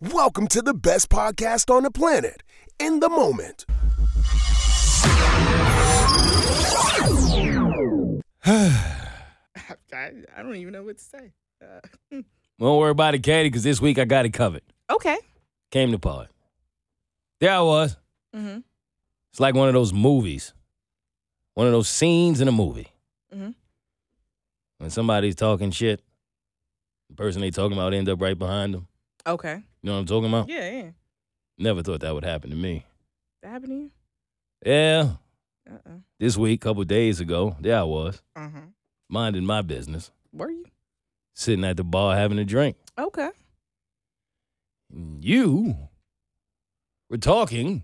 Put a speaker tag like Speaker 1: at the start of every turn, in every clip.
Speaker 1: Welcome to the best podcast on the planet, In the Moment.
Speaker 2: I, I don't even know what to say. Uh,
Speaker 3: Don't worry about it, Katie, because this week I got it covered.
Speaker 2: okay.
Speaker 3: Came to pod. There I was.
Speaker 2: Mm-hmm.
Speaker 3: It's like one of those movies, one of those scenes in a movie.
Speaker 2: Mhm.
Speaker 3: When somebody's talking shit, the person they talking about end up right behind them.
Speaker 2: Okay.
Speaker 3: You know what I'm talking about?
Speaker 2: Yeah, yeah.
Speaker 3: Never thought that would happen to me.
Speaker 2: That happened to you?
Speaker 3: Yeah,
Speaker 2: Uh-uh.
Speaker 3: this week, couple days ago, there I was,
Speaker 2: Uh-huh.
Speaker 3: minding my business,
Speaker 2: Were you?
Speaker 3: sitting at the bar having a drink.
Speaker 2: Okay.
Speaker 3: You were talking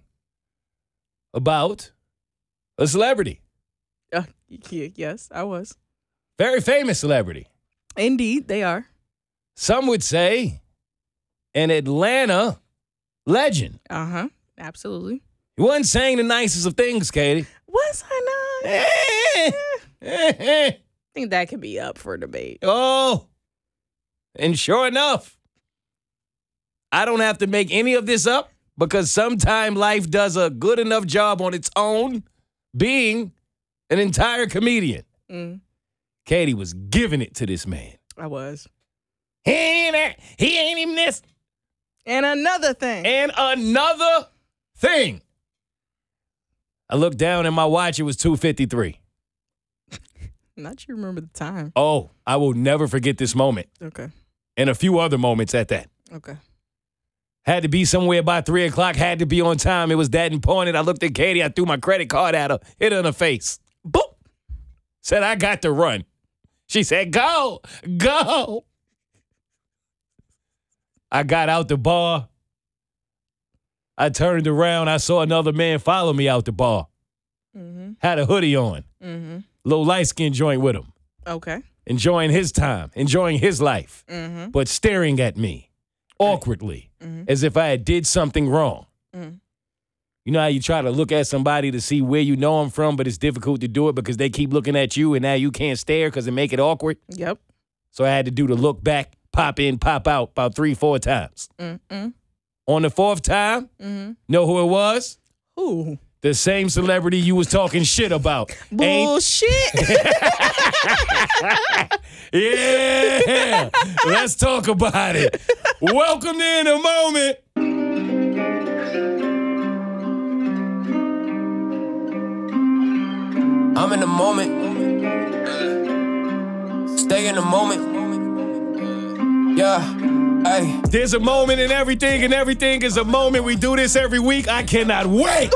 Speaker 3: about a celebrity,
Speaker 2: Uh, yeah, yes, I was.
Speaker 3: very famous celebrity.
Speaker 2: Indeed, they are.
Speaker 3: Some would say an Atlanta legend.
Speaker 2: Uh-huh. Absolutely.
Speaker 3: You wasn't saying the nicest of things, Katie.
Speaker 2: Was I not?
Speaker 3: oh,
Speaker 2: I think that could be up for debate.
Speaker 3: and sure enough, I don't have to make any of this up because sometime life does a good enough job on its own being an entire comedian.
Speaker 2: Mm,
Speaker 3: Katie was giving it to this man.
Speaker 2: I was.
Speaker 3: He ain't, that, he ain't even this.
Speaker 2: And another thing.
Speaker 3: And another thing. I looked down at my watch, it was 253.
Speaker 2: not you remember the time.
Speaker 3: Oh, I will never forget this moment
Speaker 2: Okay.
Speaker 3: and a few other moments at that.
Speaker 2: Okay.
Speaker 3: Had to be somewhere by three o'clock, had to be on time. It was that important. I looked at Katie, I threw my credit card at her, hit her in the face. Boop. Said, I got to run. She said, Go, go. I got out the bar. I turned around. I saw another man follow me out the bar.
Speaker 2: Mm-hmm.
Speaker 3: Had a hoodie on,
Speaker 2: Mm-hmm.
Speaker 3: little light skin joint with him,
Speaker 2: Okay.
Speaker 3: enjoying his time, enjoying his life,
Speaker 2: Mm-hmm.
Speaker 3: but staring at me awkwardly
Speaker 2: Mhm.
Speaker 3: as if I had did something wrong.
Speaker 2: Mm.
Speaker 3: You know how you try to look at somebody to see where you know them from, but it's difficult to do it because they keep looking at you and now you can't stare because it make it awkward.
Speaker 2: Yep.
Speaker 3: So I had to do the look back, pop in, pop out about three, four times.
Speaker 2: Mm-mm.
Speaker 3: On the fourth time,
Speaker 2: Mm-hmm.
Speaker 3: know who it was?
Speaker 2: Ooh.
Speaker 3: The same celebrity you was talking shit about. Ain't-
Speaker 2: Bullshit.
Speaker 3: yeah. Let's talk about it. Welcome to In a Moment.
Speaker 4: I'm in the moment. Stay in the moment. Yeah, hey.
Speaker 3: There's a moment in everything, and everything is a moment. We do this every week. I cannot wait.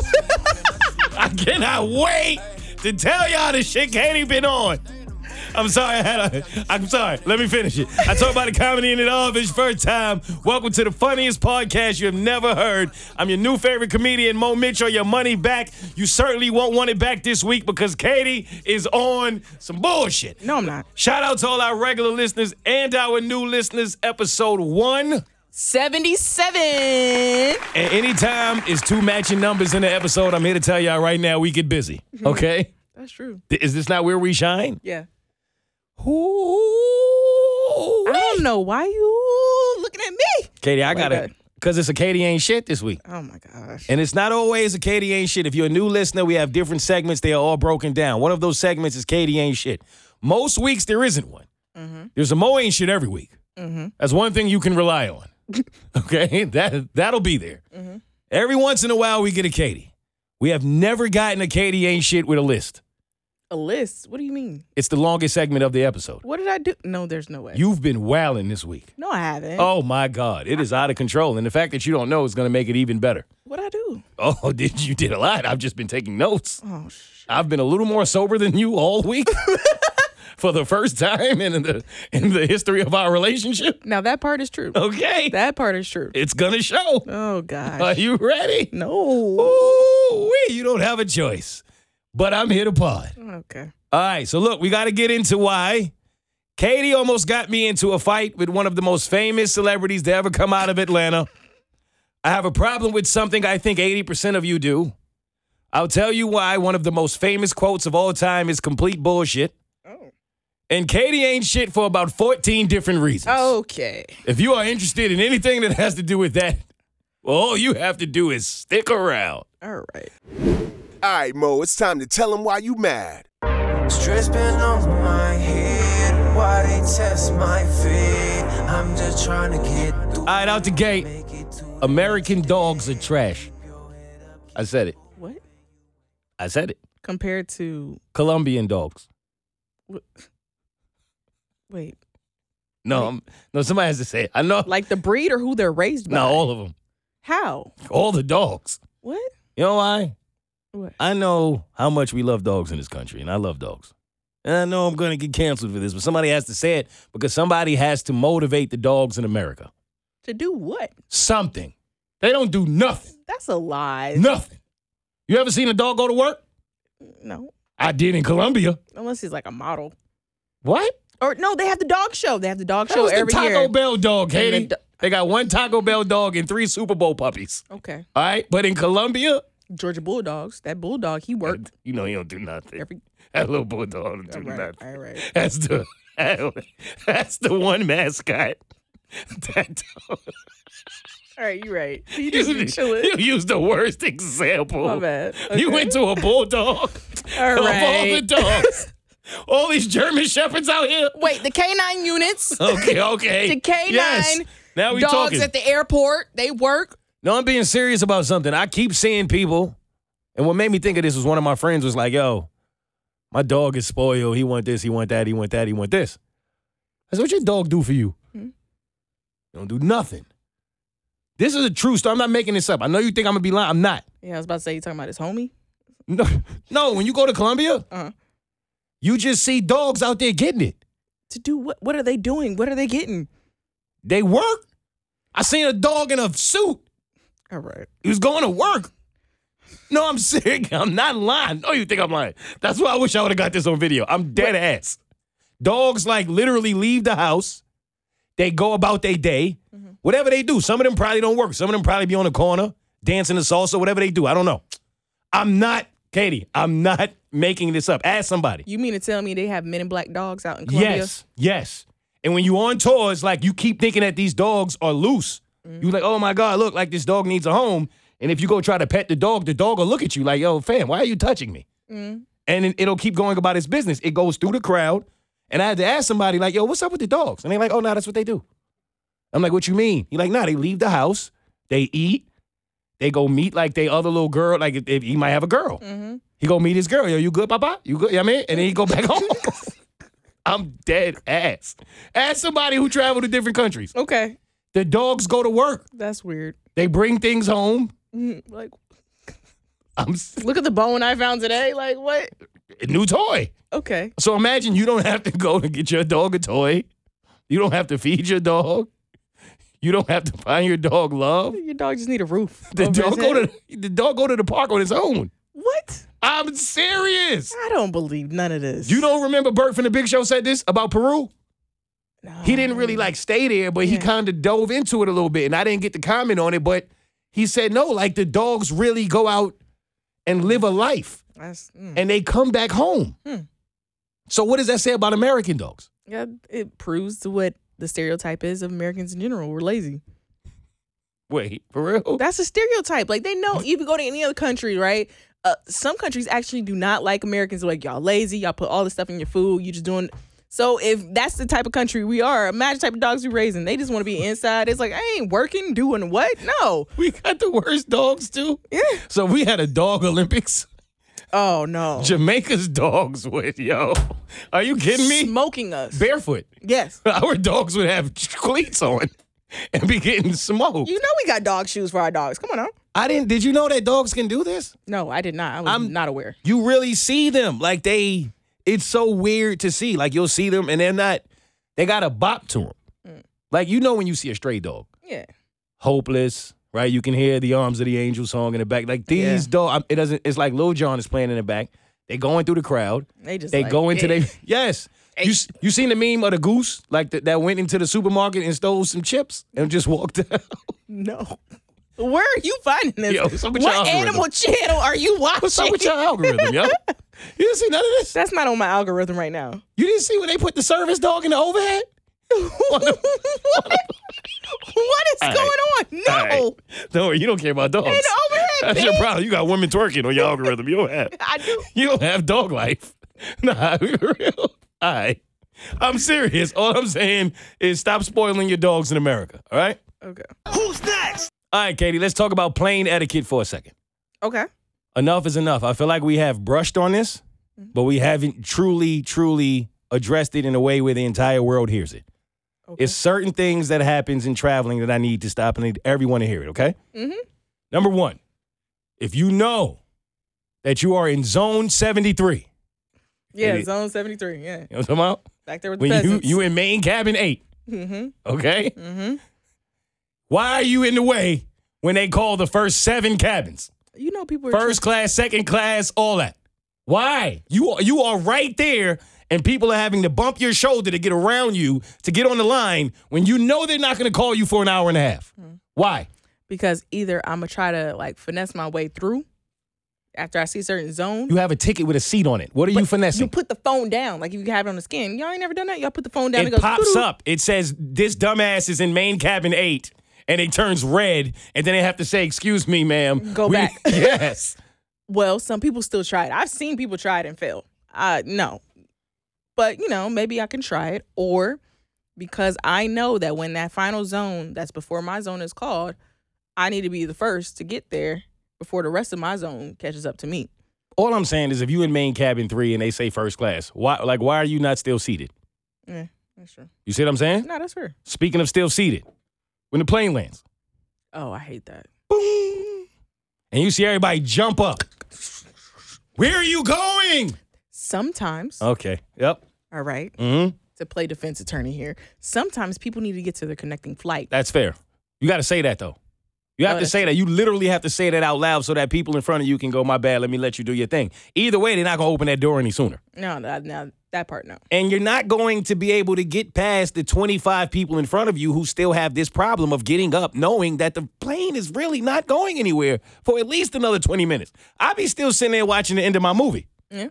Speaker 3: I cannot wait to tell y'all the shit Katie been on. I'm sorry, I had a. I'm sorry. Let me finish it. I talked about the comedy in it all. If it's your first time, welcome to the funniest podcast you have never heard. I'm your new favorite comedian, Mo Mitchell. Your money back. You certainly won't want it back this week because Katie is on some bullshit.
Speaker 2: no, I'm not.
Speaker 3: Shout out to all our regular listeners and our new listeners. Episode one.
Speaker 2: 77.
Speaker 3: And anytime it's two matching numbers in the episode, I'm here to tell y'all right now we get busy.
Speaker 2: Mm-hmm.
Speaker 3: Okay?
Speaker 2: That's true.
Speaker 3: Th- Is this not where we shine?
Speaker 2: Yeah.
Speaker 3: Ooh.
Speaker 2: I don't know why you looking at me.
Speaker 3: Katie, I
Speaker 2: Way
Speaker 3: gotta
Speaker 2: back.
Speaker 3: because it's a Katie ain't shit this week.
Speaker 2: Oh my gosh.
Speaker 3: And it's not always a Katie ain't shit. If you're a new listener, we have different segments. They are all broken down. One of those segments is Katie ain't shit. Most weeks there isn't one. There's a Mo ain't shit every week. That's one thing you can rely on. okay, that that'll be there. Every once in a while we get a Katie. We have never gotten a Katie ain't shit with a list.
Speaker 2: A list? What do you mean?
Speaker 3: It's the longest segment of the episode.
Speaker 2: What did I do? No, there's no way.
Speaker 3: You've been wowing this week.
Speaker 2: no, I haven't.
Speaker 3: Oh my God, it is out of control, and the fact that you don't know is going to make it even better.
Speaker 2: What I do?
Speaker 3: Oh, did you did a lot? I've just been taking notes.
Speaker 2: Oh sh.
Speaker 3: I've been a little more sober than you all week for the first time in the in the history of our relationship.
Speaker 2: Now that part is true.
Speaker 3: Okay.
Speaker 2: That part is true.
Speaker 3: it's gonna show.
Speaker 2: Oh gosh.
Speaker 3: Are you ready?
Speaker 2: no.
Speaker 3: Ooh, you don't have a choice. But I'm here to pod.
Speaker 2: Okay.
Speaker 3: All right, so look, we gotta get into why. Katie almost got me into a fight with one of the most famous celebrities to ever come out of Atlanta. I have a problem with something I think 80% of you do. I'll tell you why one of the most famous quotes of all time is complete bullshit.
Speaker 2: Oh.
Speaker 3: And Katie ain't shit for about 14 different reasons.
Speaker 2: Okay.
Speaker 3: If you are interested in anything that has to do with that, well, all you have to do is stick around.
Speaker 2: All right.
Speaker 1: All right, Mo, it's time to tell them why you mad.
Speaker 4: Stress been on my head. Why they test my feet? I'm just trying to get through.
Speaker 3: All right, out the gate.
Speaker 4: Make it to
Speaker 3: American dogs are trash. I said it.
Speaker 2: What?
Speaker 3: I said it.
Speaker 2: Compared to
Speaker 3: Colombian dogs.
Speaker 2: what? Wait,
Speaker 3: No, I'm, no, somebody has to say it. I know.
Speaker 2: like the breed or who they're raised by?
Speaker 3: no, all of them.
Speaker 2: How?
Speaker 3: All the dogs.
Speaker 2: What?
Speaker 3: You know why?
Speaker 2: What?
Speaker 3: I know how much we love dogs in this country, and I love dogs. And I know I'm going to get canceled for this, but somebody has to say it because somebody has to motivate the dogs in America.
Speaker 2: To do what?
Speaker 3: Something. They don't do nothing.
Speaker 2: That's a lie.
Speaker 3: Nothing. You ever seen a dog go to work?
Speaker 2: No.
Speaker 3: I did in Colombia.
Speaker 2: Unless he's like a model.
Speaker 3: What?
Speaker 2: Or no, they have the dog show. They have the dog
Speaker 3: That
Speaker 2: show
Speaker 3: was the
Speaker 2: Oh, every
Speaker 3: Taco
Speaker 2: year.
Speaker 3: Bell
Speaker 2: And
Speaker 3: dog,
Speaker 2: the
Speaker 3: Katie.
Speaker 2: do-
Speaker 3: they got one Taco Bell dog and three Super Bowl puppies.
Speaker 2: okay.
Speaker 3: All right, but in Colombia,
Speaker 2: Georgia Bulldogs. That bulldog, he worked
Speaker 3: you know, he don't do nothing.
Speaker 2: every.
Speaker 3: That little bulldog don't do
Speaker 2: All right.
Speaker 3: nothing.
Speaker 2: All right.
Speaker 3: That's the that's the one mascot. That dog.
Speaker 2: All right. You're right. He just be chilling.
Speaker 3: You used the worst example.
Speaker 2: My bad. Okay.
Speaker 3: You went to a bulldog.
Speaker 2: All
Speaker 3: Of all the
Speaker 2: right.
Speaker 3: dogs, all these German shepherds out here.
Speaker 2: Wait, the canine units,
Speaker 3: Okay, okay.
Speaker 2: the canine
Speaker 3: Yes. Now we
Speaker 2: dogs
Speaker 3: talking.
Speaker 2: at the airport, they work.
Speaker 3: No, I'm being serious about something. I keep seeing people, and what made me think of this was one of my friends was like, "Yo, my dog is spoiled. He want this. He want that. He want that. He want this." I said, "What your dog do for you? He Don't do nothing." This is a true story. I'm not making this up. I know you think I'm gonna be lying. I'm not.
Speaker 2: Yeah, I was about to say, you talking about his homie?
Speaker 3: No, no. When you go to Columbia,
Speaker 2: Uh-huh.
Speaker 3: you just see dogs out there getting it.
Speaker 2: To do what? What are they doing? What are they getting?
Speaker 3: They work. I seen a dog in a suit.
Speaker 2: All right.
Speaker 3: He was going to work. No, I'm sick. I'm not lying. No, you think I'm lying. That's why I wish I would have got this on video. I'm dead ass. Dogs like literally leave the house. They go about their day. Whatever they do, some of them probably don't work. Some of them probably be on the corner dancing the salsa, whatever they do. I don't know. I'm not, Katie, I'm not making this up. Ask somebody.
Speaker 2: You mean to tell me they have men in black dogs out in Colombia?
Speaker 3: Yes, yes. And when you on tours, like you keep thinking that these dogs are loose. You like, oh my God, look, like this dog needs a home. And if you go try to pet the dog, the dog will look at you like, yo, fam, why are you touching me? And it- it'll keep going about its business. It goes through the crowd. And I had to ask somebody, like, yo, what's up with the dogs? And they're like, oh, nah, that's what they do. I'm like, what you mean? He like, nah, they leave the house, they eat, they go meet like they other little girl, like if, if he might have a girl.
Speaker 2: Mm-hmm.
Speaker 3: He go meet his girl. Yo, you good, Papa? You good? You know what I mean? And then he go back home. I'm dead ass. Ask somebody who traveled to different countries.
Speaker 2: Okay.
Speaker 3: The dogs go to work.
Speaker 2: That's weird.
Speaker 3: They bring things home.
Speaker 2: Mhm. Like,
Speaker 3: I'm s-
Speaker 2: look at the bone I found today. Like, what?
Speaker 3: a new toy.
Speaker 2: Okay.
Speaker 3: So imagine you don't have to go to get your dog a toy. You don't have to feed your dog. You don't have to find your dog love.
Speaker 2: Your dog just need a roof.
Speaker 3: The
Speaker 2: over
Speaker 3: dog
Speaker 2: his
Speaker 3: go
Speaker 2: head.
Speaker 3: to the dog go to the park on its own.
Speaker 2: What?
Speaker 3: I'm serious.
Speaker 2: I don't believe none of this.
Speaker 3: You don't remember Bert from the Big Show said this about Peru?
Speaker 2: No.
Speaker 3: he didn't really like stay there, but he
Speaker 2: Yeah.
Speaker 3: kind of dove into it a little bit, and I didn't get to comment on it, but he said no, like the dogs really go out and live a life,
Speaker 2: That's, mm.
Speaker 3: and they come back home.
Speaker 2: Hmm.
Speaker 3: So what does that say about American dogs?
Speaker 2: Yeah, it proves to what the stereotype is of Americans in general. We're lazy.
Speaker 3: Wait, for real?
Speaker 2: That's a stereotype. Like they know you can go to any other country, right? Uh, some countries actually do not like Americans. They're like y'all lazy. Y'all put all this stuff in your food. You just doing. So if that's the type of country we are, imagine the type of dogs we raising. They just want to be inside. It's like I ain't working, doing what? No.
Speaker 3: we got the worst dogs too. Yeah. So we had a dog Olympics.
Speaker 2: Oh no.
Speaker 3: Jamaica's dogs would yo. Are you kidding me?
Speaker 2: Smoking us.
Speaker 3: Barefoot.
Speaker 2: yes.
Speaker 3: Our dogs would have cleats on and be getting smoked.
Speaker 2: You know we got dog shoes for our dogs. Come on now.
Speaker 3: I didn't. Did you know that dogs can do this?
Speaker 2: No, I did not. I was
Speaker 3: I'm-
Speaker 2: not aware.
Speaker 3: you really see them. Like they, it's so weird to see. Like you'll see them and they're not, they got a bop to them.
Speaker 2: Mm.
Speaker 3: Like you know when you see a stray dog,
Speaker 2: Yeah.
Speaker 3: hopeless, right? You can hear the arms of the angel song in the back. Like these dogs, it doesn't. It's like Lil Jon is playing in the back. They going through the crowd.
Speaker 2: They just
Speaker 3: They
Speaker 2: like,
Speaker 3: go into
Speaker 2: eh.
Speaker 3: they yes. You s- you seen the meme of the goose like that that went into the supermarket and stole some chips and just walked out.
Speaker 2: No. Where are you finding this?
Speaker 3: Yo, what's up with
Speaker 2: what
Speaker 3: your algorithm?
Speaker 2: animal channel are you watching?
Speaker 3: What's up with your algorithm, yo? You didn't see none of this?
Speaker 2: That's not on my algorithm right now.
Speaker 3: You didn't see where they put the service dog in the overhead?
Speaker 2: what, what is going
Speaker 3: right.
Speaker 2: on? No.
Speaker 3: All right. Don't worry, you don't care about dogs.
Speaker 2: An overhead,
Speaker 3: That's your
Speaker 2: bitch.
Speaker 3: problem. You got women twerking on your algorithm. You don't have.
Speaker 2: I do.
Speaker 3: You don't have dog life. Nah, we real. All right. I'm serious. All I'm saying is stop spoiling your dogs in America. All right.
Speaker 2: Okay.
Speaker 3: All right, Katie. Let's talk about plain etiquette for a second.
Speaker 2: Okay.
Speaker 3: Enough is enough. I feel like we have brushed on this,
Speaker 2: Mm-hmm.
Speaker 3: but we haven't truly, truly addressed it in a way where the entire world hears it.
Speaker 2: Okay.
Speaker 3: It's certain things that happens in traveling that I need to stop and I need everyone to hear it, okay?
Speaker 2: Mhm.
Speaker 3: Number one, if you know that you are in zone 73, you
Speaker 2: yeah,
Speaker 3: it-
Speaker 2: zone seventy three. Yeah,
Speaker 3: know what I'm talking about?
Speaker 2: back there with the
Speaker 3: When you,
Speaker 2: peasants.
Speaker 3: you in main cabin eight,
Speaker 2: mm-hmm.
Speaker 3: okay?
Speaker 2: Mm-hmm.
Speaker 3: Why are you in the way when they call the first seven cabins?
Speaker 2: You know people are
Speaker 3: First class, second class, all that. Why? You are, you are right there and people are having to bump your shoulder to get around you to get on the line when you know they're not going to call you for an hour and a half.
Speaker 2: Hmm.
Speaker 3: Why?
Speaker 2: because either I'm gonna try to like finesse my way through after I see a certain zone.
Speaker 3: You have a ticket with a seat on it. What are you finessing?
Speaker 2: You put the phone down, like if you have it on the skin. Y'all ain't never done that. Y'all put the phone down.
Speaker 3: it
Speaker 2: and goes,
Speaker 3: pops
Speaker 2: "Doo-doo."
Speaker 3: up. It says this dumbass is in main cabin eight, and it turns red, and then they have to say, "Excuse me, ma'am."
Speaker 2: Go back.
Speaker 3: yes.
Speaker 2: Well, some people still try it. I've seen people try it and fail. Uh, no, but you know maybe I can try it, or because I know that when that final zone, that's before my zone is called, I need to be the first to get there before the rest of my zone catches up to me.
Speaker 3: All I'm saying is, if you in main cabin three and they say first class, why? Like, why are you not still seated?
Speaker 2: Yeah, that's true.
Speaker 3: You see what I'm saying?
Speaker 2: No, that's fair.
Speaker 3: Speaking of still seated, when the plane lands,
Speaker 2: Oh, I hate that.
Speaker 3: boom, and you see everybody jump up. Where are you going?
Speaker 2: Sometimes,
Speaker 3: Okay. Yep.
Speaker 2: all right,
Speaker 3: hmm
Speaker 2: to play defense attorney here. Sometimes people need to get to their connecting flight.
Speaker 3: That's fair. You got to say that though. You have
Speaker 2: Oh,
Speaker 3: to
Speaker 2: that's
Speaker 3: say that. You literally have to say that out loud so that people in front of you can go, "My bad. Let me let you do your thing." Either way, they're not gonna open that door any sooner,
Speaker 2: No, no, no, that part no.
Speaker 3: and you're not going to be able to get past the 25 people in front of you who still have this problem of getting up, knowing that the plane is really not going anywhere for at least another 20 minutes. i be still sitting there watching the end of my movie.
Speaker 2: Yeah.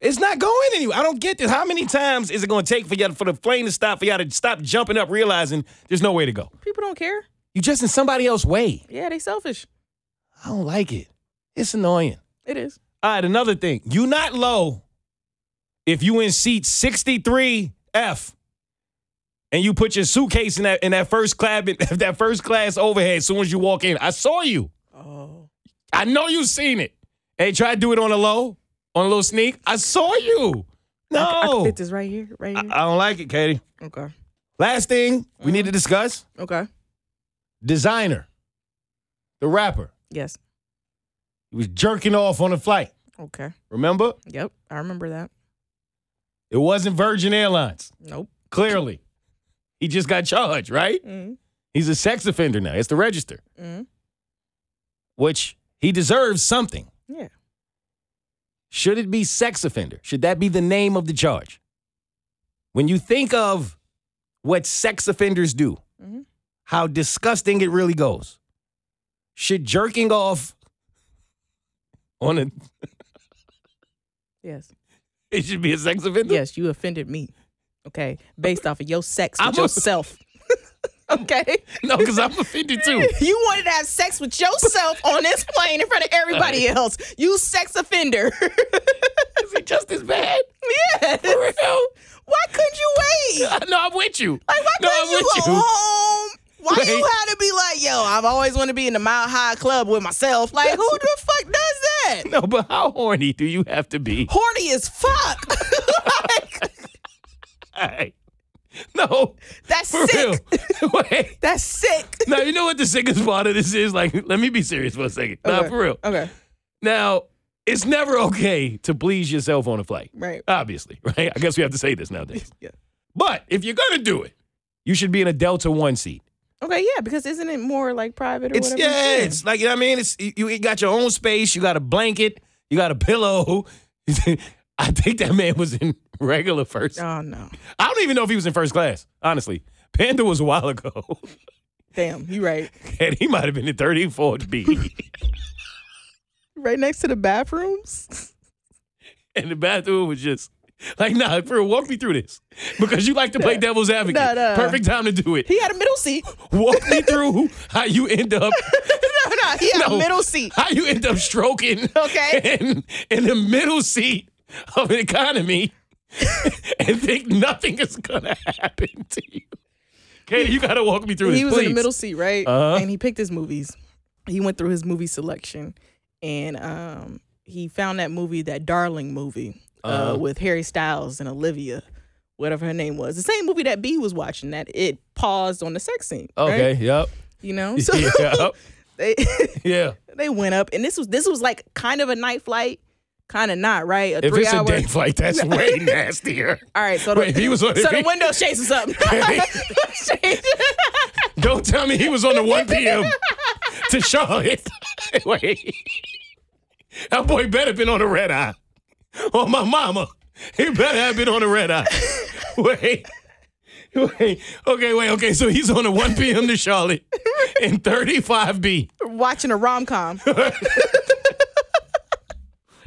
Speaker 3: It's not going anywhere. I don't get this. How many times is it going to take for y'all for the plane to stop for y'all to stop jumping up, realizing there's no way to go?
Speaker 2: People don't care.
Speaker 3: You're just in somebody else's way.
Speaker 2: Yeah, they selfish.
Speaker 3: I don't like it. It's annoying.
Speaker 2: It is.
Speaker 3: All right, another thing. You not low if you in seat 63F and you put your suitcase in that in that first class that first class overhead as soon as you walk in. I saw you.
Speaker 2: Oh.
Speaker 3: I know you seen it. Hey, try to do it on a low, on a little sneak. I saw you. No.
Speaker 2: I can
Speaker 3: Oh.
Speaker 2: fit this right here, right here.
Speaker 3: I don't like it, Katie.
Speaker 2: okay.
Speaker 3: Last thing we need to
Speaker 2: Uh-huh.
Speaker 3: discuss,
Speaker 2: Okay.
Speaker 3: designer. The rapper.
Speaker 2: Yes.
Speaker 3: He was jerking off on the flight.
Speaker 2: Okay.
Speaker 3: Remember?
Speaker 2: Yep. I remember that.
Speaker 3: It wasn't Virgin Airlines.
Speaker 2: Nope.
Speaker 3: Clearly. He just got charged, right?
Speaker 2: Mm.
Speaker 3: He's a sex offender now. It's the register,
Speaker 2: Mm.
Speaker 3: which he deserves something.
Speaker 2: Yeah.
Speaker 3: Should it be sex offender? Should that be the name of the charge? When you think of what sex offenders do,
Speaker 2: Mhm.
Speaker 3: how disgusting it really goes, should jerking off on a
Speaker 2: Yes.
Speaker 3: it should be a sex offender?
Speaker 2: Yes, you offended me. Okay. Based off of your sex with
Speaker 3: I'm a-
Speaker 2: yourself. okay.
Speaker 3: No, because I'm offended too.
Speaker 2: You wanted to have sex with yourself on this plane in front of everybody else. You sex offender.
Speaker 3: Is it just as bad?
Speaker 2: yes.
Speaker 3: For real?
Speaker 2: Why couldn't you wait?
Speaker 3: No, I'm with you.
Speaker 2: Like, why
Speaker 3: no,
Speaker 2: couldn't
Speaker 3: I'm
Speaker 2: you
Speaker 3: with
Speaker 2: go
Speaker 3: you.
Speaker 2: home? Why you
Speaker 3: Right.
Speaker 2: had to be like, yo, I've always wanted to be in the Mile High Club with myself. Like, who the fuck does that?
Speaker 3: No, but how horny do you have to be?
Speaker 2: Horny as fuck. like,
Speaker 3: Alright. No,
Speaker 2: that's
Speaker 3: for
Speaker 2: sick.
Speaker 3: real. Wait.
Speaker 2: That's sick.
Speaker 3: Now you know what the sickest part of this is. Like, let me be serious for a second. Nah,
Speaker 2: Okay.
Speaker 3: for real.
Speaker 2: Okay.
Speaker 3: Now, it's never okay to please yourself on a flight.
Speaker 2: Right.
Speaker 3: Obviously, right? I guess we have to say this nowadays.
Speaker 2: Yeah.
Speaker 3: But if you're gonna do it, you should be in a Delta One seat.
Speaker 2: Okay, yeah, because isn't it more like private or
Speaker 3: It's
Speaker 2: whatever?
Speaker 3: yeah, it's like you know what I mean. It's you, you got your own space. You got a blanket. You got a pillow. I think that man was in regular first.
Speaker 2: Oh no.
Speaker 3: I don't even know if he was in first class. Honestly, Panda was a while ago.
Speaker 2: Damn, you right.
Speaker 3: and he might have been in 34th B.
Speaker 2: Right next to the bathrooms.
Speaker 3: and the bathroom was just like, nah, bro, walk me through this because you like to play devil's advocate.
Speaker 2: Nah, nah.
Speaker 3: Perfect time to do it.
Speaker 2: He had a middle seat.
Speaker 3: Walk me through how you end up.
Speaker 2: No, no, he had
Speaker 3: No.
Speaker 2: a middle seat.
Speaker 3: How you end up stroking?
Speaker 2: Okay.
Speaker 3: In, in the middle seat of an economy, and think nothing is gonna happen to you. Katie, you gotta walk me through this.
Speaker 2: He was
Speaker 3: please.
Speaker 2: in the middle seat, right?
Speaker 3: Uh-huh.
Speaker 2: And he picked his movies. He went through his movie selection, and um, he found that movie, that Darling movie, uh,
Speaker 3: Uh-huh.
Speaker 2: with Harry Styles and Olivia, whatever her name was. The same movie that B was watching. That it paused on the sex scene. right?
Speaker 3: Okay. Yep.
Speaker 2: You know, so
Speaker 3: yep.
Speaker 2: they
Speaker 3: Yeah.
Speaker 2: they went up, and this was this was like kind of a night flight, kind of not right. A
Speaker 3: If
Speaker 2: three
Speaker 3: it's
Speaker 2: hour.
Speaker 3: a day flight, that's way nastier.
Speaker 2: All right, so the,
Speaker 3: Wait, if he was on
Speaker 2: so
Speaker 3: if
Speaker 2: the
Speaker 3: he-
Speaker 2: window shades or something. Shades.
Speaker 3: Don't tell me he was on the 1 p.m. to Charlotte. Wait. That boy better been on the red eye. Or my mama. He better have been on the red eye. Wait. Wait. Okay, wait, okay. So he's on the 1 p.m. to Charlotte in 35B.
Speaker 2: Watching a rom com.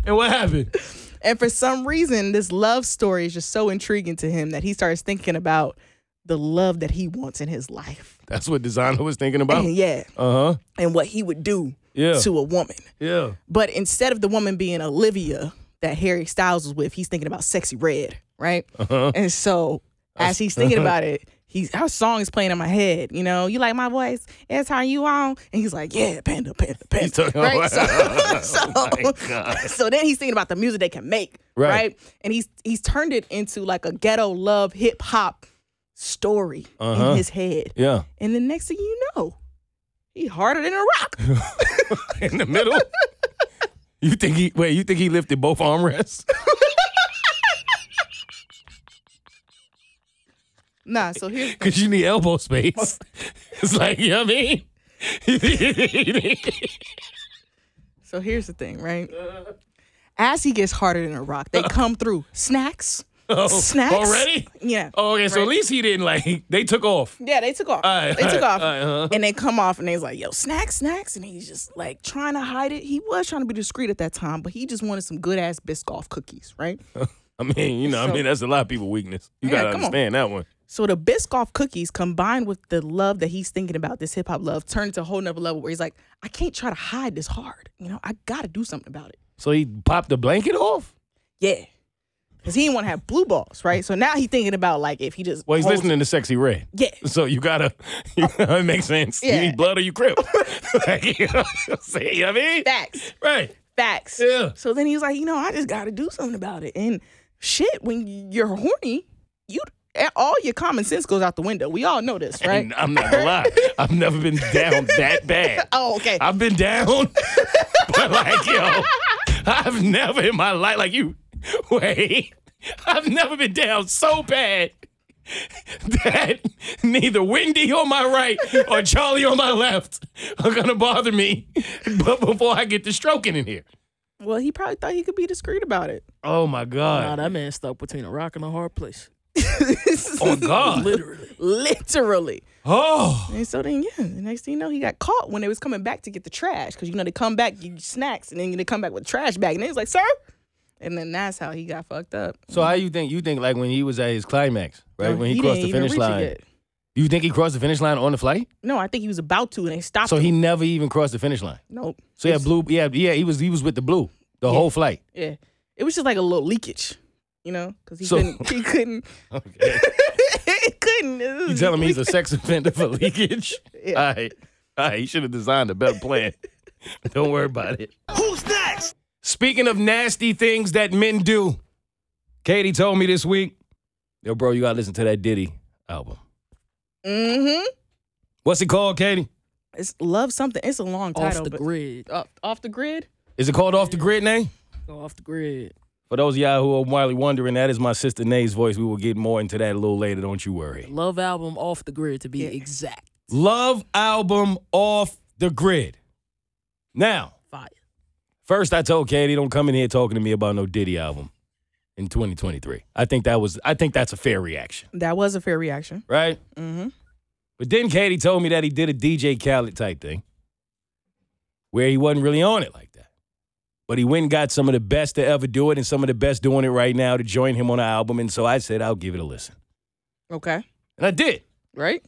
Speaker 3: And what happened?
Speaker 2: And for some reason, this love story is just so intriguing to him that he starts thinking about the love that he wants in his life.
Speaker 3: That's what designer was thinking about.
Speaker 2: And yeah,
Speaker 3: Oh. Uh-huh.
Speaker 2: and what he would do
Speaker 3: Yeah.
Speaker 2: to a woman.
Speaker 3: Yeah.
Speaker 2: But instead of the woman being Olivia that Harry Styles was with, he's thinking about Sexy Red, right?
Speaker 3: Uh-huh.
Speaker 2: And so as he's thinking about it, he's our song is playing in my head. You know, you like my voice? That's how you on? And he's like, yeah, panda, panda, panda.
Speaker 3: talking
Speaker 2: right?
Speaker 3: about-
Speaker 2: So,
Speaker 3: Oh
Speaker 2: so,
Speaker 3: my God.
Speaker 2: so then he's thinking about the music they can make,
Speaker 3: Right.
Speaker 2: right? And he's he's turned it into like a ghetto love hip hop story
Speaker 3: Uh-huh.
Speaker 2: in his head.
Speaker 3: Yeah.
Speaker 2: And the next thing you know, he harder than a rock.
Speaker 3: in the middle. You think he wait? You think he lifted both armrests?
Speaker 2: Nah, so here's
Speaker 3: Cause you need elbow space. It's like you know what I mean.
Speaker 2: So here's the thing, right? As he gets harder than a rock, they come through snacks, snacks
Speaker 3: Oh, already?
Speaker 2: Yeah.
Speaker 3: Oh, okay, so at least he didn't like. They took off.
Speaker 2: Yeah, they took off.
Speaker 3: Alright,
Speaker 2: they took
Speaker 3: alright,
Speaker 2: off,
Speaker 3: alright, uh-huh.
Speaker 2: and they come off, and they's like, "Yo, snacks, snacks," and he's just like trying to hide it. He was trying to be discreet at that time, but he just wanted some good ass Biscoff cookies, right?
Speaker 3: I mean, you know, I mean, that's a lot of people' weakness. You
Speaker 2: Yeah,
Speaker 3: gotta
Speaker 2: come on.
Speaker 3: understand that one.
Speaker 2: So the Biscoff cookies combined with the love that he's thinking about, this hip hop love, turned to a whole nother level where he's like, "I can't try to hide this hard. You know, I got to do something about it."
Speaker 3: So he popped the blanket off.
Speaker 2: Yeah. Cause he didn't want to have blue balls, right? So now he's thinking about like if he just
Speaker 3: Well, he's
Speaker 2: holds-
Speaker 3: listening to Sexy Red.
Speaker 2: Yeah.
Speaker 3: So you gotta. You, it makes sense.
Speaker 2: Yeah.
Speaker 3: You need blood or you crip. like, you know, see, you know what I mean,
Speaker 2: Facts.
Speaker 3: right.
Speaker 2: Facts.
Speaker 3: Yeah.
Speaker 2: So then he was like, you know, I just got to do something about it. And shit, when you're horny, you all your common sense goes out the window. We all know this, right?
Speaker 3: And I'm not gonna lie. I've never been down that bad.
Speaker 2: Oh, okay.
Speaker 3: I've been down, but like yo, I've never in my life like you. Wait, I've never been down so bad that neither Wendy on my right or Charlie on my left are gonna bother me. But before I get to stroking in here,
Speaker 2: well, he probably thought he could be discreet about it.
Speaker 3: oh my
Speaker 5: Nah,
Speaker 3: god,
Speaker 5: that man stuck between a rock and a hard place.
Speaker 3: oh god,
Speaker 5: Literally.
Speaker 2: Literally.
Speaker 3: oh
Speaker 2: And so then, yeah, the next thing you know, he got caught when they was coming back to get the trash. Because, you know, they come back, you snacks, and then they come back with a trash bag. And they was like, sir. And then that's how he got fucked up.
Speaker 3: So how you think you think like when he was at his climax, right?
Speaker 2: No,
Speaker 3: when he, crossed
Speaker 2: didn't
Speaker 3: the
Speaker 2: even
Speaker 3: finish
Speaker 2: reach it
Speaker 3: line.
Speaker 2: yet.
Speaker 3: You think he crossed the finish line on the flight?
Speaker 2: No, I think he was about to, and they stopped
Speaker 3: So
Speaker 2: him.
Speaker 3: he never even crossed the finish line.
Speaker 2: Nope.
Speaker 3: So yeah, blue. Yeah, yeah. He was he was with the blue the whole flight.
Speaker 2: Yeah, it was just like a little leakage, you know, because he
Speaker 3: So-
Speaker 2: couldn't. He couldn't.
Speaker 3: Okay.
Speaker 2: he couldn't. It
Speaker 3: you
Speaker 2: was-
Speaker 3: telling me he's a sex offender for leakage?
Speaker 2: Yeah.
Speaker 3: All right, all right. He should have designed a better plan. Don't worry about it. Who's next? Speaking of nasty things that men do, Katie told me this week, yo, bro, you gotta listen to that Diddy album.
Speaker 2: Mhm.
Speaker 3: What's it called, Katie?
Speaker 2: It's love something. It's a long title.
Speaker 5: Off the
Speaker 2: but-
Speaker 5: grid.
Speaker 2: Off, off the grid.
Speaker 3: Is it called Off the Grid, Nay?
Speaker 5: Go off the grid.
Speaker 3: For those of y'all who are wildly wondering, that is my sister Nay's voice. We will get more into that a little later. Don't you worry.
Speaker 5: Love album off the grid to be exact.
Speaker 3: Love album off the grid. Now,
Speaker 5: Fire.
Speaker 3: first I told Katie, don't come in here talking to me about no Diddy album in 2023. I think that was I think that's a fair reaction,
Speaker 2: That was a fair reaction.
Speaker 3: right?
Speaker 2: Mhm.
Speaker 3: But then Katie told me that he did a DJ Khaled type thing where he wasn't really on it like that. But he went and got some of the best to ever do it and some of the best doing it right now to join him on an album. And so I said, I'll give it a listen.
Speaker 2: Okay.
Speaker 3: And I did.
Speaker 2: Right?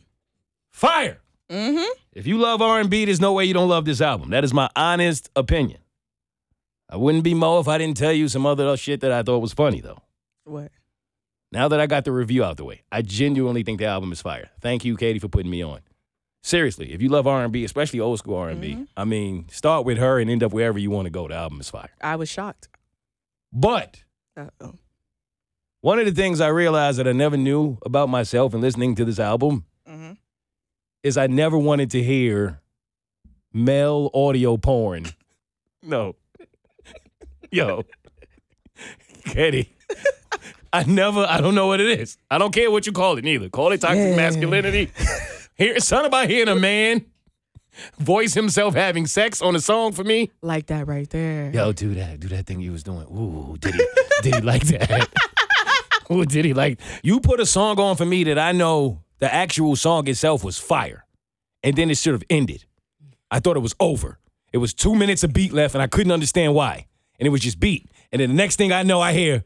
Speaker 3: Fire.
Speaker 2: Mm-hmm.
Speaker 3: If you love R&B, there's no way you don't love this album. That is my honest opinion. I wouldn't be Mo if I didn't tell you some other shit that I thought was funny, though.
Speaker 2: What?
Speaker 3: Now that I got the review out the way, I genuinely think the album is fire. Thank you, Katie, for putting me on. Seriously, if you love R&B, especially old school R&B, I mean, start with her and end up wherever you want to go. The album is fire.
Speaker 2: I was shocked.
Speaker 3: But
Speaker 2: Uh oh.
Speaker 3: one of the things I realized that I never knew about myself in listening to this album
Speaker 2: Mm-hmm.
Speaker 3: is I never wanted to hear male audio porn. No. Yo. Katie. I never, I don't know what it is. I don't care what you call it, neither. Call it toxic
Speaker 2: Yeah.
Speaker 3: masculinity. Here, something about hearing a man voice himself having sex on a song for me.
Speaker 2: Like that right there.
Speaker 3: Yo, do that. Do that thing you was doing. Ooh, did he did he like that? Ooh, did he like you put a song on for me that I know the actual song itself was fire. And then it should have ended. I thought it was over. It was two minutes of beat left and I couldn't understand why. And it was just beat. And then the next thing I know I hear,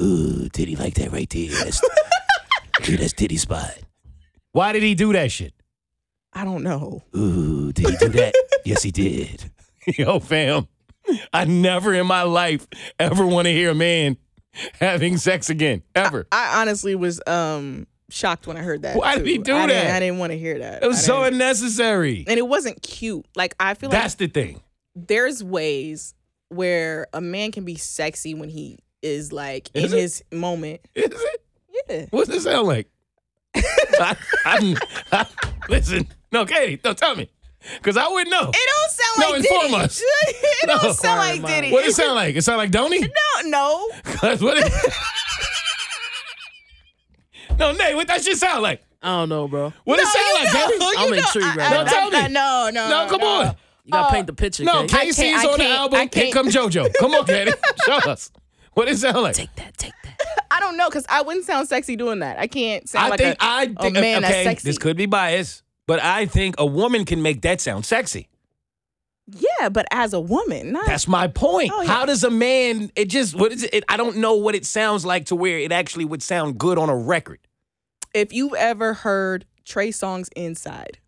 Speaker 3: Ooh, did he like that right there? That's, Ooh, that's Diddy spot. Why did he do that shit?
Speaker 2: I don't know.
Speaker 3: Ooh, did he do that? yes, he did. Yo, fam, I never in my life ever want to hear a man having sex again, ever.
Speaker 2: I honestly was um shocked when I heard that.
Speaker 3: Why
Speaker 2: too.
Speaker 3: did he do
Speaker 2: I Didn't,
Speaker 3: that?
Speaker 2: I didn't want to hear that.
Speaker 3: it was
Speaker 2: I
Speaker 3: so
Speaker 2: didn't-
Speaker 3: unnecessary.
Speaker 2: and it wasn't cute. Like I feel like
Speaker 3: That's the thing.
Speaker 2: there's ways where a man can be sexy when he is like
Speaker 3: Is
Speaker 2: in
Speaker 3: it?
Speaker 2: his moment.
Speaker 3: Is it?
Speaker 2: Yeah.
Speaker 3: What's it sound like? I, I, I- listen, no, Katie, no, tell me, because I wouldn't know.
Speaker 2: It don't sound
Speaker 3: No,
Speaker 2: like
Speaker 3: inform
Speaker 2: Diddy.
Speaker 3: us.
Speaker 2: it
Speaker 3: No.
Speaker 2: don't sound like Diddy.
Speaker 3: What it sound like? It sound like Donny?
Speaker 2: No, no.
Speaker 3: Cause what? It, no, Nate, what that shit sound like?
Speaker 5: I don't know, bro.
Speaker 3: What it sound like,
Speaker 2: no,
Speaker 3: baby?
Speaker 2: you
Speaker 5: I'm
Speaker 2: know-
Speaker 5: intrigued right
Speaker 2: I-
Speaker 5: now.
Speaker 2: I-
Speaker 3: No, tell me.
Speaker 2: I- No, no.
Speaker 3: No, come on.
Speaker 5: You gotta
Speaker 2: Oh.
Speaker 5: paint the picture.
Speaker 3: No,
Speaker 5: Kay.
Speaker 3: KC's
Speaker 2: can't- I
Speaker 3: on the
Speaker 2: can't-
Speaker 3: album.
Speaker 2: I
Speaker 3: Here
Speaker 2: can't.
Speaker 3: come JoJo. Come on, Katie. Show us. What it sound like?
Speaker 5: that, take that.
Speaker 2: I don't know because I wouldn't sound sexy doing that. I can't sound
Speaker 3: I
Speaker 2: like
Speaker 3: think
Speaker 2: a,
Speaker 3: I
Speaker 2: a
Speaker 3: think
Speaker 2: man
Speaker 3: okay,
Speaker 2: that's sexy.
Speaker 3: this could be biased, but I think a woman can make that sound sexy.
Speaker 2: yeah, but as a woman, not
Speaker 3: That's my point.
Speaker 2: Oh, yeah.
Speaker 3: How does a man? It just what is it? it? I don't know what it sounds like to where it actually would sound good on a record.
Speaker 2: if you've ever heard Trey Songz Inside,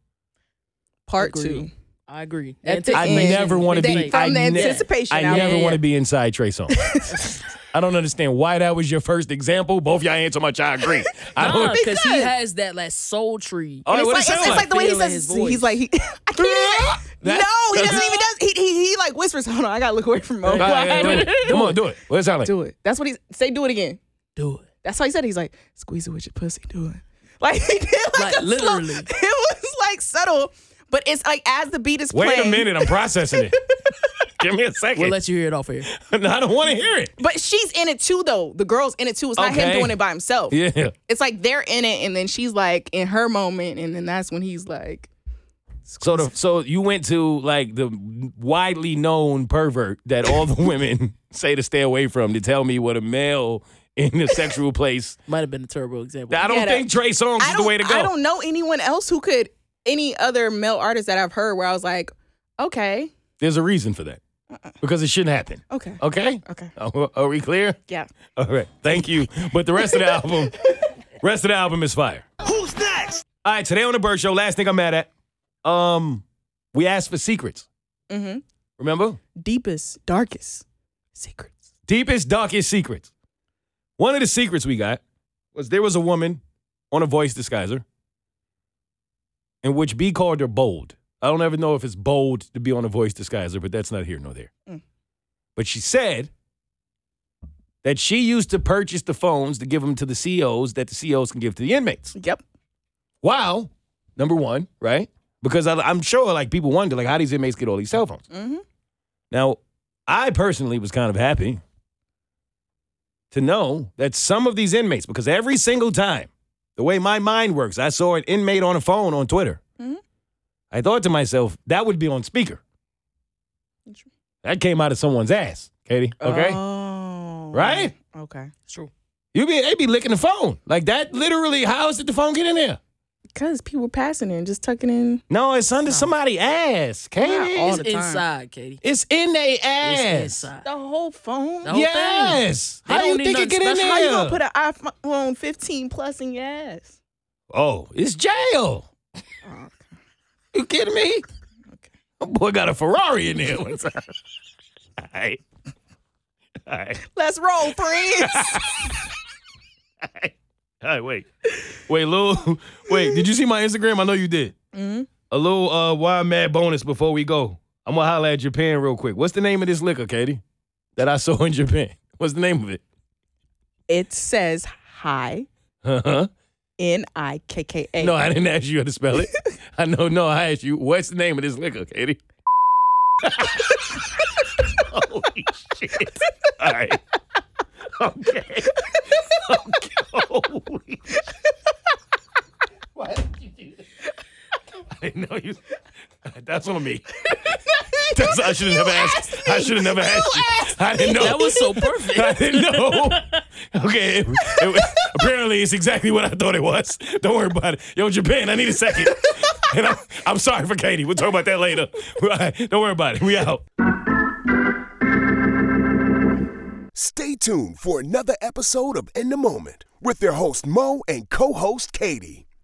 Speaker 2: part
Speaker 5: Agreed.
Speaker 2: two.
Speaker 5: I agree.
Speaker 2: At the
Speaker 5: Anticipation.
Speaker 3: I
Speaker 2: end.
Speaker 3: never want to
Speaker 2: They-
Speaker 3: be
Speaker 2: from
Speaker 3: I
Speaker 2: the
Speaker 3: ne-
Speaker 2: anticipation
Speaker 3: I
Speaker 2: album.
Speaker 3: never
Speaker 2: Yeah,
Speaker 3: want
Speaker 2: yeah.
Speaker 3: to be inside Trey Songz. I don't understand why that was your first example. Both y'all answer much. I agree. I
Speaker 5: Nah,
Speaker 3: don't.
Speaker 5: because he
Speaker 2: Because-
Speaker 5: has that like soul tree.
Speaker 3: All right,
Speaker 2: it's
Speaker 3: Oh, what
Speaker 2: like,
Speaker 3: it
Speaker 2: it's,
Speaker 3: sound
Speaker 2: it's
Speaker 3: like?
Speaker 2: like the way he
Speaker 5: Feel in
Speaker 2: says
Speaker 5: his voice.
Speaker 2: he's like he, I can't even,
Speaker 3: That-
Speaker 2: no he doesn't even does he, he he like whispers hold on I gotta look away from Mo
Speaker 3: All right, yeah, do it. Come on, do it. What it sound like?
Speaker 2: do it that's what he say do it again
Speaker 5: Do it.
Speaker 2: that's how he said it. he's like squeeze it with your pussy do it like he did like,
Speaker 5: Like,
Speaker 2: a slow-
Speaker 5: literally.
Speaker 2: it was like subtle but it's like as the beat is
Speaker 3: Wait
Speaker 2: playing
Speaker 3: a minute, I'm processing it. Give me a
Speaker 5: We'll
Speaker 3: second.
Speaker 5: let you hear it off here.
Speaker 3: No, I don't want to hear it.
Speaker 2: but she's in it too though the girl's in it too it's not him
Speaker 3: Okay.
Speaker 2: doing it by himself
Speaker 3: Yeah.
Speaker 2: it's like they're in it and then she's like in her moment and then that's when he's like
Speaker 3: So the so you went to like the widely known pervert that all the women say to stay away from to tell me what a male in the sexual place.
Speaker 5: Might have been a terrible example.
Speaker 3: I don't
Speaker 2: Yeah, that-
Speaker 3: think Trey Songz
Speaker 2: I
Speaker 3: is the
Speaker 2: don't,
Speaker 3: way to go.
Speaker 2: I don't know anyone else who could any other male artist that I've heard where I was like, okay,
Speaker 3: There's a reason for that because it shouldn't happen.
Speaker 2: okay,
Speaker 3: Okay.
Speaker 2: okay,
Speaker 3: Are, are we clear?
Speaker 2: yeah.
Speaker 3: All right. Thank you. But the rest of the album, rest of the album is fire. Who's next? All right. Today on the Bird Show, last thing I'm mad at. Um, we asked for secrets.
Speaker 2: Mm-hmm.
Speaker 3: Remember?
Speaker 2: Deepest, darkest secrets.
Speaker 3: Deepest, darkest secrets. One of the secrets we got was there was a woman on a voice disguiser in which B called her bold. I don't ever know if it's bold to be on a voice disguiser, but that's not here nor there.
Speaker 2: Mm.
Speaker 3: But she said that she used to purchase the phones to give them to the COs that the COs can give to the inmates.
Speaker 2: Yep.
Speaker 3: Wow. Number one, right? Because I, I'm sure like people wonder like how these inmates get all these cell phones.
Speaker 2: Mm-hmm.
Speaker 3: Now, I personally was kind of happy to know that some of these inmates, because every single time, the way my mind works, I saw an inmate on a phone on Twitter.
Speaker 2: Mhm.
Speaker 3: I thought to myself, that would be on speaker.
Speaker 2: Interesting.
Speaker 3: That came out of someone's ass, Katie. Okay.
Speaker 2: Oh.
Speaker 3: Right?
Speaker 2: Okay.
Speaker 5: It's true.
Speaker 3: You be they be licking the phone. Like that literally, how is it the phone get in there?
Speaker 2: Because people were passing there and just tucking in.
Speaker 3: No, it's under somebody's ass, Katie.
Speaker 2: all
Speaker 5: It's
Speaker 2: the time.
Speaker 5: inside, Katie.
Speaker 3: it's in their ass.
Speaker 5: It's inside.
Speaker 2: The whole phone.
Speaker 5: The whole thing.
Speaker 3: Yes.
Speaker 5: They
Speaker 3: How
Speaker 5: don't
Speaker 3: you
Speaker 5: need
Speaker 3: think it
Speaker 5: nothing
Speaker 3: get in
Speaker 5: special.
Speaker 3: there?
Speaker 5: How
Speaker 2: How you gonna put an iPhone 15 plus in your ass?
Speaker 3: oh, it's jail. You kidding me? My boy got a Ferrari in there one time. All right. All right.
Speaker 2: Let's roll, friends.
Speaker 3: All right, wait. Wait, Lou. Wait, did you see my Instagram? I know you did.
Speaker 5: Mm-hmm.
Speaker 3: A little uh, wild mad bonus before we go. I'm going to holler at Japan real quick. What's the name of this liquor, Katie, that I saw in Japan? What's the name of it?
Speaker 2: it says hi,
Speaker 3: Uh-huh.
Speaker 2: N I K K A.
Speaker 3: No, I didn't ask you how to spell it. I know, no, I asked you, what's the name of this liquor, Katie? Holy shit. All right. Okay. okay. Holy shit. Why did you do that? I didn't know you. That's on me. That's, I should have never asked. I should have never asked you. I didn't know.
Speaker 5: That was so perfect.
Speaker 3: I didn't know. Okay. It, it, apparently, it's exactly what I thought it was. Don't worry about it. Yo, Japan, I need a second. And I'm, I'm sorry for Katie. We'll talk about that later. All right, don't worry about it. We out.
Speaker 1: Stay tuned for another episode of In the Moment with their host Mo and co-host Katie.